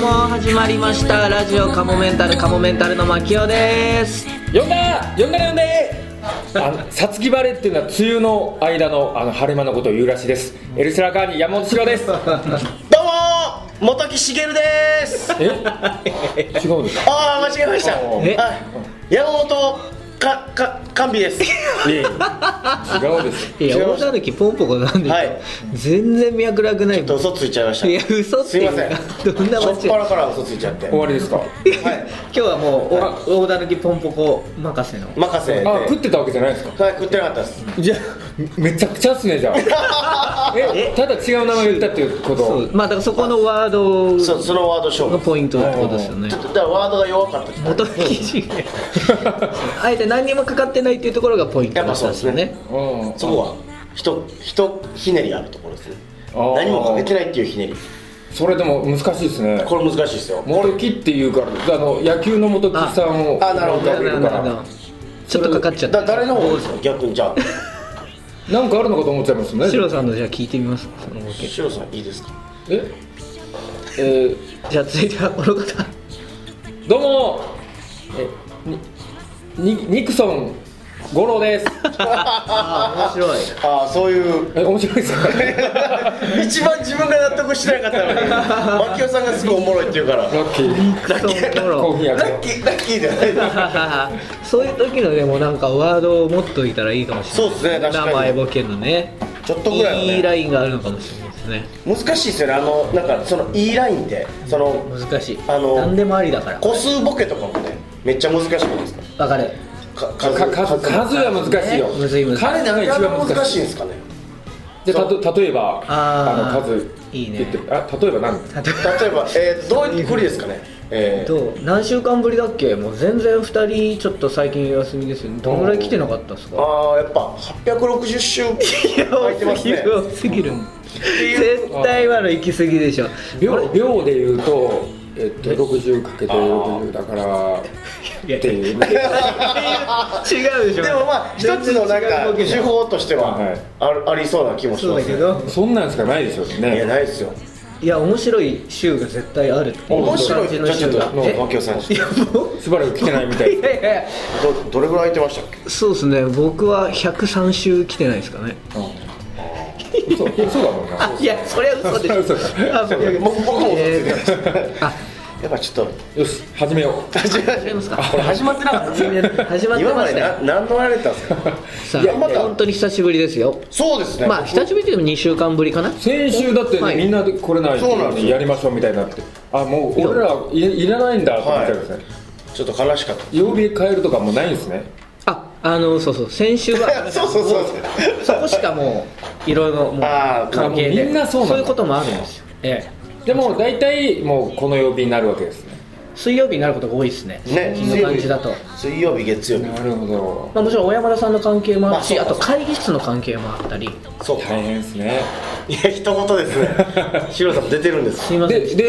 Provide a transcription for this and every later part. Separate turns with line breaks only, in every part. も始まりましたラジオカモメンタルカモメンタルの牧雄です
呼んだ呼んだら呼んであのさつき晴れっていうのは梅雨の間のあの晴れ間のことを言うらしいですエルスラカーニ山本志郎 です
どうもー元木茂です
え違うんですか
ああ間違えました
え
あ山本かか甘 美です
いえいえ違うです
いや大狸ポンポコなんで、
はい
全然脈絡ない
ちょっと嘘ついちゃいました
いや嘘っていうか
すいません
どんな間違い
しょっぱらから嘘ついちゃって
終わりですか
はい
今日はもうお大狸ポンポコ任せの
任せで
あ
はい
食ってたわけじゃないですか
食ってなかったです
じゃあめちゃくちゃっすねじゃ あえただ違う名前言ったっていうこと
そうまあだからそこのワー
そ
ド
そのワード勝
が
負
ポイントってことですよね
ちょっとだからワードが弱かったです
元木しげあえて何にもかかってないっていうところがポイントだったんですよ
やっ
ね
ぱ
うん
そこはひとひとひねりあるところですね
あー
何もかけてないっていうひねり
それでも難しいですね
これ難しいですよ
元木っていうからあの野球の元木さんを
ああなるほど
思い浮かべるから
ちょっとかかっちゃった
だ誰の方ですか逆に じゃあ
なんかあるのかと思っちゃいますね
シロさんのじゃあ聞いてみますそのボケ
シロさんいいですか
ええー
じゃあ続いてはこの方
どうもえににニクソン五郎です
あ面白い
ああそういう
え面白いですか
一番自分が納得してなかったのに槙尾さんがすごいおもろいって言うからラ
ラッキー
そう
コーヒーや
ッキーラッキーじゃない
そういう時のでもなんかワードを持っといたらいいかもしれない
そうっすね確かに
名前ボケのね
ちょっとぐらいはね
いいラインがあるのかもしれないですね
難しいですよねあのなんかその E ラインってその
難しい
あの
何でもありだから
個数ボケとかもねめっちゃ難しくないですか
わかる
か
か
数
か数数は難しいよ
むずいむずい
彼らが一番
何が
難
難
し
し
い
いんですかね
でたと例えば
あー
の数
いいね
言ってあ例えば何
例えば、えー、どういうふりですかねえー、
どう何週間ぶりだっけもう全然2人ちょっと最近お休みですよねどのぐらい来てなかったですか
ああやっぱ860週空いてますね
多すぎる
いう
絶対今の行き過ぎでしょ
秒秒で言うとえっと60かけて60だからっていうね
違うでしょ
でもまあ一つのなんか手法としては
はい
あるありそうな気もし
そう
ま
だ
す
け
ね
ど
そんなんしかないですよ
いや
ね
ないですよ
いや面白い週が絶対ある
面白い
感
じ
じ
ゃ
の週
あちょっ
が
と
え
槙尾さん
いやも
しばらく来てないみた
う
い
いやいやいや
どどれぐらい空いてましたっけ
そうですね僕は103週来てないですかね
うんそうそうだもんない
やそれは嘘 でしょ
嘘嘘
あいや
僕僕も
え
や
ー あ
っぱちょっと
よし始めよう
始ま
始めますか
これ始まってなかっ
始まってましたよ
た今までな何のやられてたんですか
さあ
いやまだ
本当に久しぶりですよ
そうですね
まあ久しぶりでも2週間ぶりかな
先週だってね、
はい
みんなで来れない
そうなんですよ
やりましょうみたいになってあもう俺らいいらないんだと思ってたんですね、
ちょっと悲しかった
曜日変えるとかもうないんですね
ああのそうそう先週は
そうそうそうそう
そこしかもういろいろもう
あー
関係
もう
で
みんなそうなんだ
いうこともあるんですよええ
でも大体もうこの曜日になるわけですね
水曜日になることが多いですね
ね
そんな感じだと、
水曜日月曜日
なるほど
まあ、もちろん小山田さんの関係もあるし、
ま
あ、
あそう
と会議室の関係もあったり
そうか
大変ですね
いや一言ですねシロさん出てるんです
すいません
でで結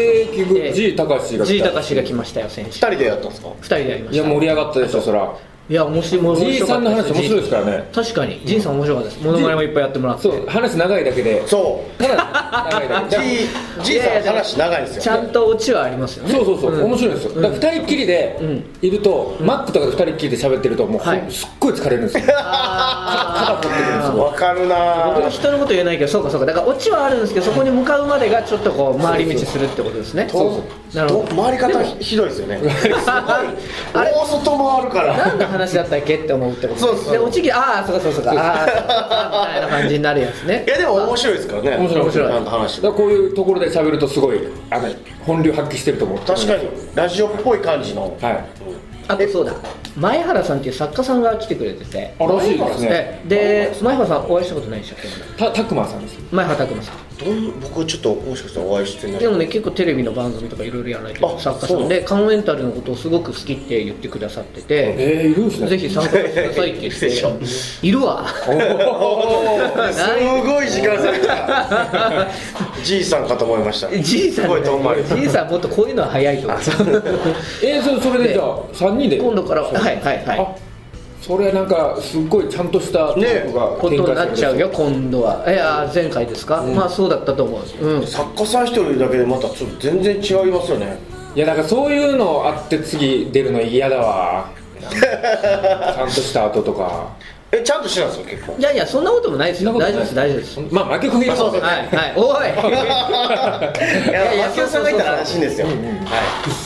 ええ
局 G 高志が来
G
た
高志が来ましたよ先
二
週
人でやったんですか
2人でやりま
い
し
や
たいや
盛り上がったでしょそら
面白い面
G
白
さ
か
ん
った
の話面白いですからね
確かに G さん面白かったですモノマネもいっぱいやってもらって
そう話長いだけで
そ
ただ長いだ
う
けで
G, G さん話長いんです
ち
よ
ゃんとオチはありますよね
そうそうそう、
ん
面白いんですよ、だから2人っきりで
ん
いると、マックとかで2人っきりで喋ってるともう、
はい
すっごい疲れるんですよ肩
あ
凝ってくるんですよ
わかるな
僕も
ぁ
人のこと言えないけどそうかそうかだからオチはあるんですけどそこに向かうまでがちょっとこう回り道するってことですね
そう そう
なるほど
と回り方ひひどいですよね
あれ
大外回るから
何の話だったっけって思うってこと
そうそう
でおちぎああそうかそうかそうか ああそうかみたいな感じになるやつね
いやでも面白いですからね
面白い面白い
あの話
だからこういうところで喋るとすごいあの本領発揮してると思う
確かにラジオっぽい感じの
はい
あとそうだ前原さんっていう作家さんが来てくれてて
あらしいですね
えで前原さんお会いしたことないでしょ
たたくまさんです
前原拓磨さん
どん僕ちょっともしかしたらお会いしてない
でもね結構テレビの番組とかいろいろやられてる
あ
作家さ
そ
ん
うな
でカモメンタルのことをすごく好きって言ってくださってて、
えー、いるんですね
ぜひ参加してくださいって言っ
でし ょ
ているわ
すごい時間差でしたじいさんかと思いました
じいさん
すごい遠回り
じいさんもっとこういうのは早いと思う
えー、そそれでじゃあ3人で
今度からはいはいはい
あそれなんかすっごいちゃんとしたトークが
ことになっちゃう
よ
よ今度はいや前回ですか、まあそうだったと思ううん
作家さん一人だけでまたちょっと全然違いますよね
いやなんかそういうのあって次出るの嫌だわちゃんとした後とか
えちゃんとしてたんですよ結構
いやいやそんなこともないですよ
そんなこ
大丈
と
夫
ない
です大丈夫です
まあ負け込みが
そうそう
はいはいお
いやいや松尾さんがいたら安心ですよ、
い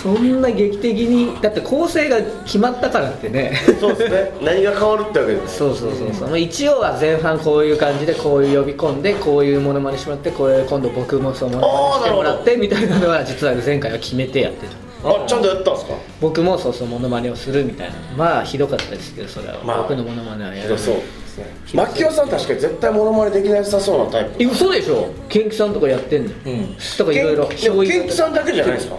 そんな劇的にだって構成が決まったからってね
そうですね何が変わるってわけで す
そうそうそうそう、まあ一応は前半こういう感じでこういう呼び込んでこういうモノマネしてもらってこれ今度僕もそのモノマネしてもらってみたいなのは実は前回は決めてやってた
あちゃんとやったんですか
僕もそうそうモノマネをするみたいなまあひどかったですけどそれは、
まあ
僕のモノマネはや
い
る
やそうですね牧雄さん確かに絶対モノマネできなさそうなタイプ
え嘘でしょケンキさんとかやってんのよ、
ん
とかいろいろ
ケンでもケンキさんだけじゃないですか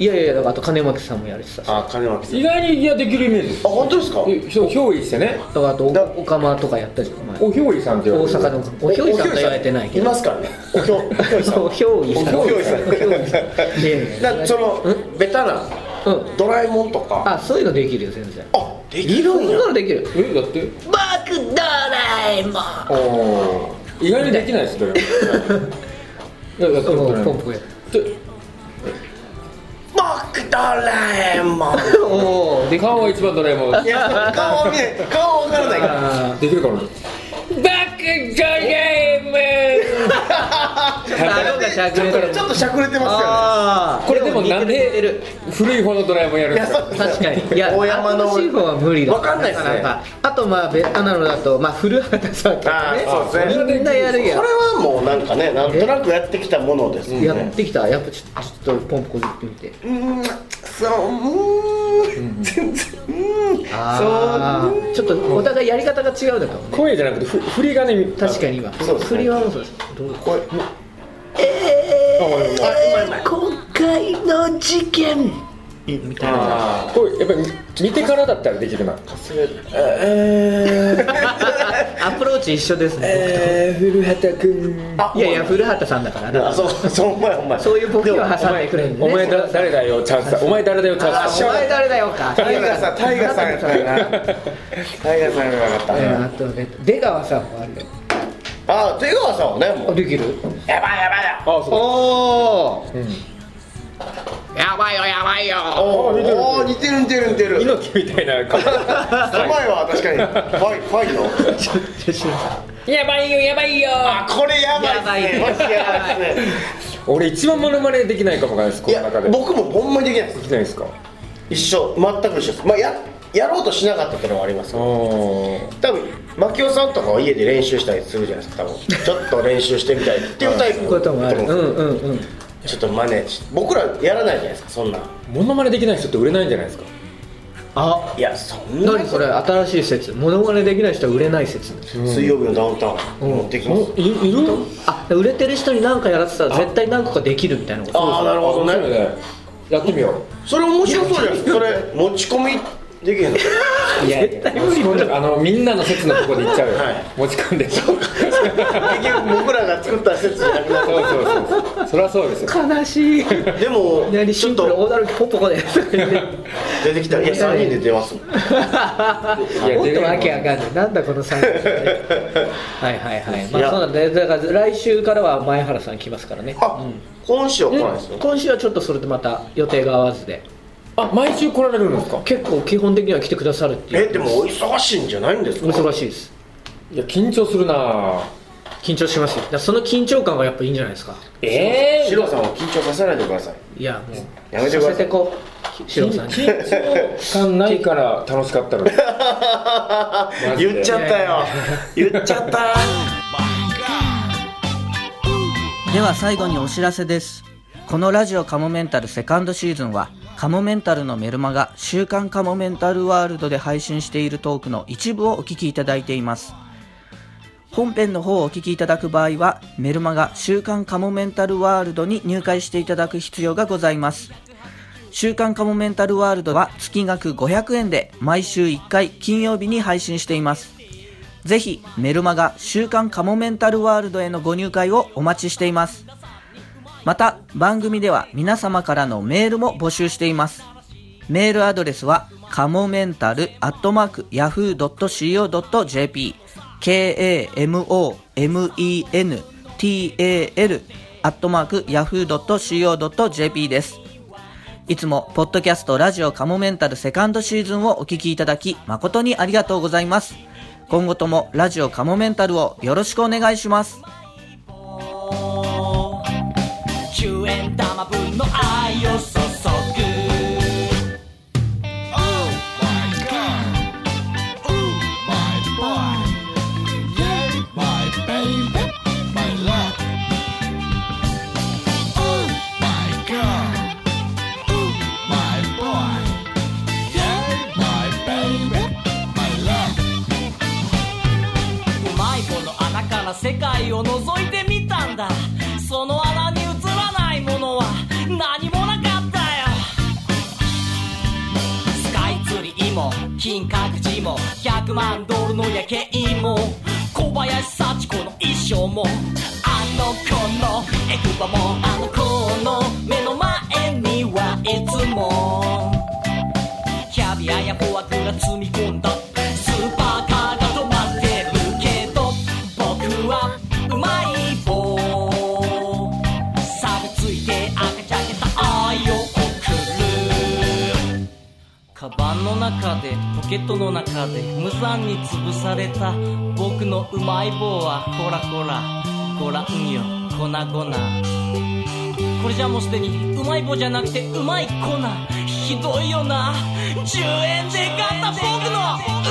いやいやいやだからあと金巻さんもやるしさだか
あ金巻さんあ
意外にいやできるイメージです
本当ですか
えそう憑依してね
らあとお
だ
オカマとかやったじゃんお前
お憑依さんって言わ
大
れてる
阪のおひょいさんとは言われてないけ
い
ど
ますからねおひょおひょいさん
おひょいさん
おひょいさん
おひょい さんいやいやいや
だからそのベタな
うん
ドラえもんとか
あそういうのできるよ全然
あできる
そ
ん
ん
や
なのできるよ
えだって
僕ドラえもん
おお意外にできないですドラえもんいややったことない
ポンプや
で
僕ドラえもん
おおできる
顔は一番ドラえもん
いや顔は見えない顔は分からないから
あ
できるかなバックドラえもん
ー顎がしゃくれてる
ちょっとしゃくれてますよね
あー
これでもな
似
ん
てる
で古い方のドラえもんやるん
い
で
や
すか
そう
確かにいや
大山の
シーフは無理だ
わかんないっすね
かかあとまあベタなのだとまあ古畑さんとかね
あーそうですね
みんなやる
それ
やん
はもうなんかねなんとなくやってきたものですもん
やっ
ね
てきたやっぱちょっとちょっとポンポコ言ってみて
うんそううーん全然う
あ
ーん
あちょっとお互いやり方が違うだからね
声じゃなくてふ振りがね
確かに今
そうですね
振りはもうそうですどう
そうこれ
あうまいうまい
あうまいうまい
今回の事件みたいな
あこうやっぱり見てからだったらできるな
えー
アプローチ一緒ですね
えー、古畑君
あ
いやいや古畑さんだから
あ
な
そうそうお前お前
そういうボケを挟んでくれるんで
お前
ね
だ誰だよチャンスだお前誰だよチャン
あ
ス
お
だ
前誰だよか
タイガーさんタイガーさんやったらなタイガーさんやなか
え
っ
ーあとね出川さんもあるよ
たあ出川さんはねも
あ
う
できる
やばいやばいや
あそう
おお、やばいよやばい よ
おーおー似てる似てる似てるう
猪木みたいな顔
まいわ確かにファイファイよ
やばいよやばいよ
あこれやばいっすね
やばいね
マジでやばいっすね
俺一番モノマネできないかもわかんないです
い
この中
や
で
僕もほんまにできないです
できないですか
一緒全く一緒ですまあややろうとしなかったっていうのはあります
おお
多分牧雄さんとかは家で練習したりするじゃないですか多分ちょっと練習してみたいっていうタイプ
こういうこともあるうんうんうん
ちょっと真似し僕らやらないじゃないですかそんな
モノマネできない人って売れないんじゃないですか
あ
いやそんな
何それ新しい説モノマネできない人は売れない説
水曜日のダウンタウン持ってきます、
いいる
あ売れてる人に何かやらせたら絶対何個かできるみたいなこと
ああなるほど
面白い
ね
ねやってみよう
それ面白そうじゃないですかそれ持ち込みできへんの
いやいや
持ち込んであのみんなの説のとこで行っちゃうよ、
はい
持ち込んでそう
結局僕らが作った説じゃなくな
そうそうそうそりゃそうですよ
悲しい
るでも
何
ち
シ
ょっ
ンプル
と
大だるきポッポコでとか言って
出てきたらいや3人で出ますもん
いや
もっとわけわかんないなんだこの3人はいはいはいま
い
あ
や
そうなんだよだから来週からは前原さん来ますからね
あ、今週は来ないですよ
今週はちょっとそれとまた予定が合わずで
あ毎週来られるんですか
結構基本的には来てくださるっていう
えでもお忙しいんじゃないんですか
忙しいです
いや緊張するな
緊張しますよだからその緊張感がやっぱいいんじゃないですか
え
シロさんは緊張させないでください
いやもう
やめてください
させてこうシロさんに
緊張感ないから楽しかったのにマジで
言っちゃったよ言っちゃった
では最後にお知らせですこのラジオカモメンタルセカンドシーズンはカモメンタルのメルマガ週刊カモメンタルワールドで配信しているトークの一部をお聞きいただいています本編の方をお聞きいただく場合はメルマガ週刊カモメンタルワールドに入会していただく必要がございます週刊カモメンタルワールドは月額500円で毎週1回金曜日に配信していますぜひメルマガ週刊カモメンタルワールドへのご入会をお待ちしています。また番組では皆様からのメールも募集しています。メールアドレスは、かもメンタルアットマーク yahoo.co.jp k-a-m-o-m-e-n-t-a-l アットマーク yahoo.co.jp です。いつも、ポッドキャストラジオカモメンタルセカンドシーズンをお聞きいただき、誠にありがとうございます。今後ともラジオカモメンタルをよろしくお願いします。
10円玉分の愛を注ぐ Oh my god Oh my boy Yeah my baby my love Oh my god Oh my boy Yeah my baby my love うまい棒の穴から世界を覗いてみたんだその穴に映らないものは何もなかったよスカイツリーも金閣寺も100万ドルの夜景も小林幸子の衣装もあの子のエクバもあの子の目の前にはいつもキャビアやフォアグラ積み込んだスーパーカーが止まってるけど僕はうまい棒錆びついて赤ちゃけた愛を送るカバンの中でポケットの中で無残に潰された僕のうまい棒はこらこらご覧よ粉々これじゃもうすでにうまい棒じゃなくてうまい粉ひどいよな10円で買った僕の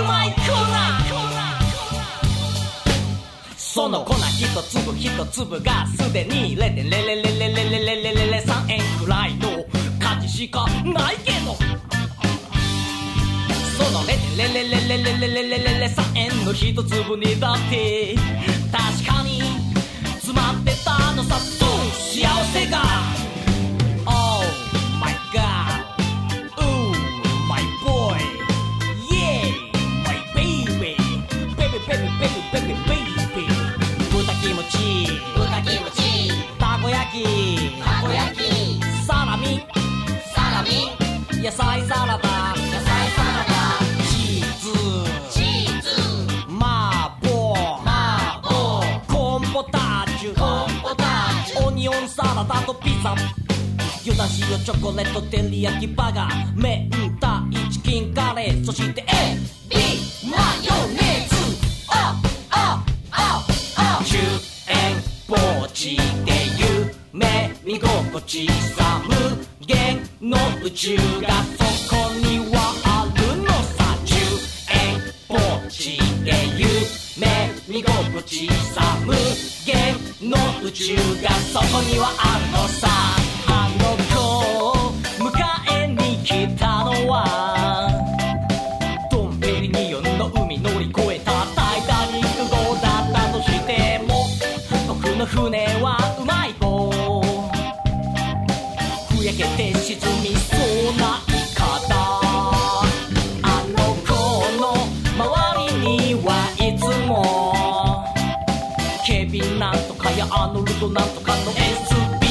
うまい粉その粉一粒一粒がすでに0 0 0 0 0 0 0 3円くらいの価値しかないけどその0.00003円の一粒にだって確かに詰まってたのさそう幸せが Oh my god Oh my boy Yeah my baby Baby baby baby baby baby 豚キムチ
豚キムチ
たこ焼き
たこ焼き
サラミ
サラミ
野菜サラダ
野菜サラダ
チーズ
チーズ
麻婆
麻婆
コーンポタージュ
コーンポタージュ
オニオンサラダとピザユダシオチョコレート照り焼きバーガー明太チキンカレーそして A
ビマヨネーズああああ
10円ポーチで夢見心地さ無限の宇宙がそこにはあるのさ10円ポーチで夢見心地さ無限の宇宙がそこにはあるのさあの子を迎えに来たのはドンペリニオンの海乗り越えたタイタニック号だったとしても僕の船はうまい棒ふやけて沈みそうなイカだあの子の周りにはいつも警備なんとかやアーノルドなんとかの SB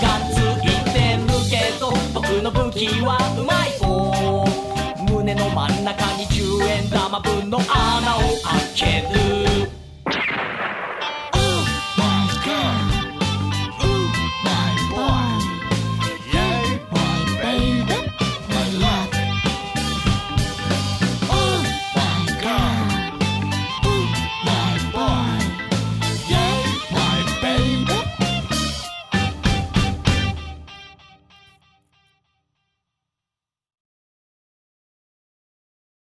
がついてるけど僕の武器はうまい棒胸の真ん中に10円玉分の穴を開ける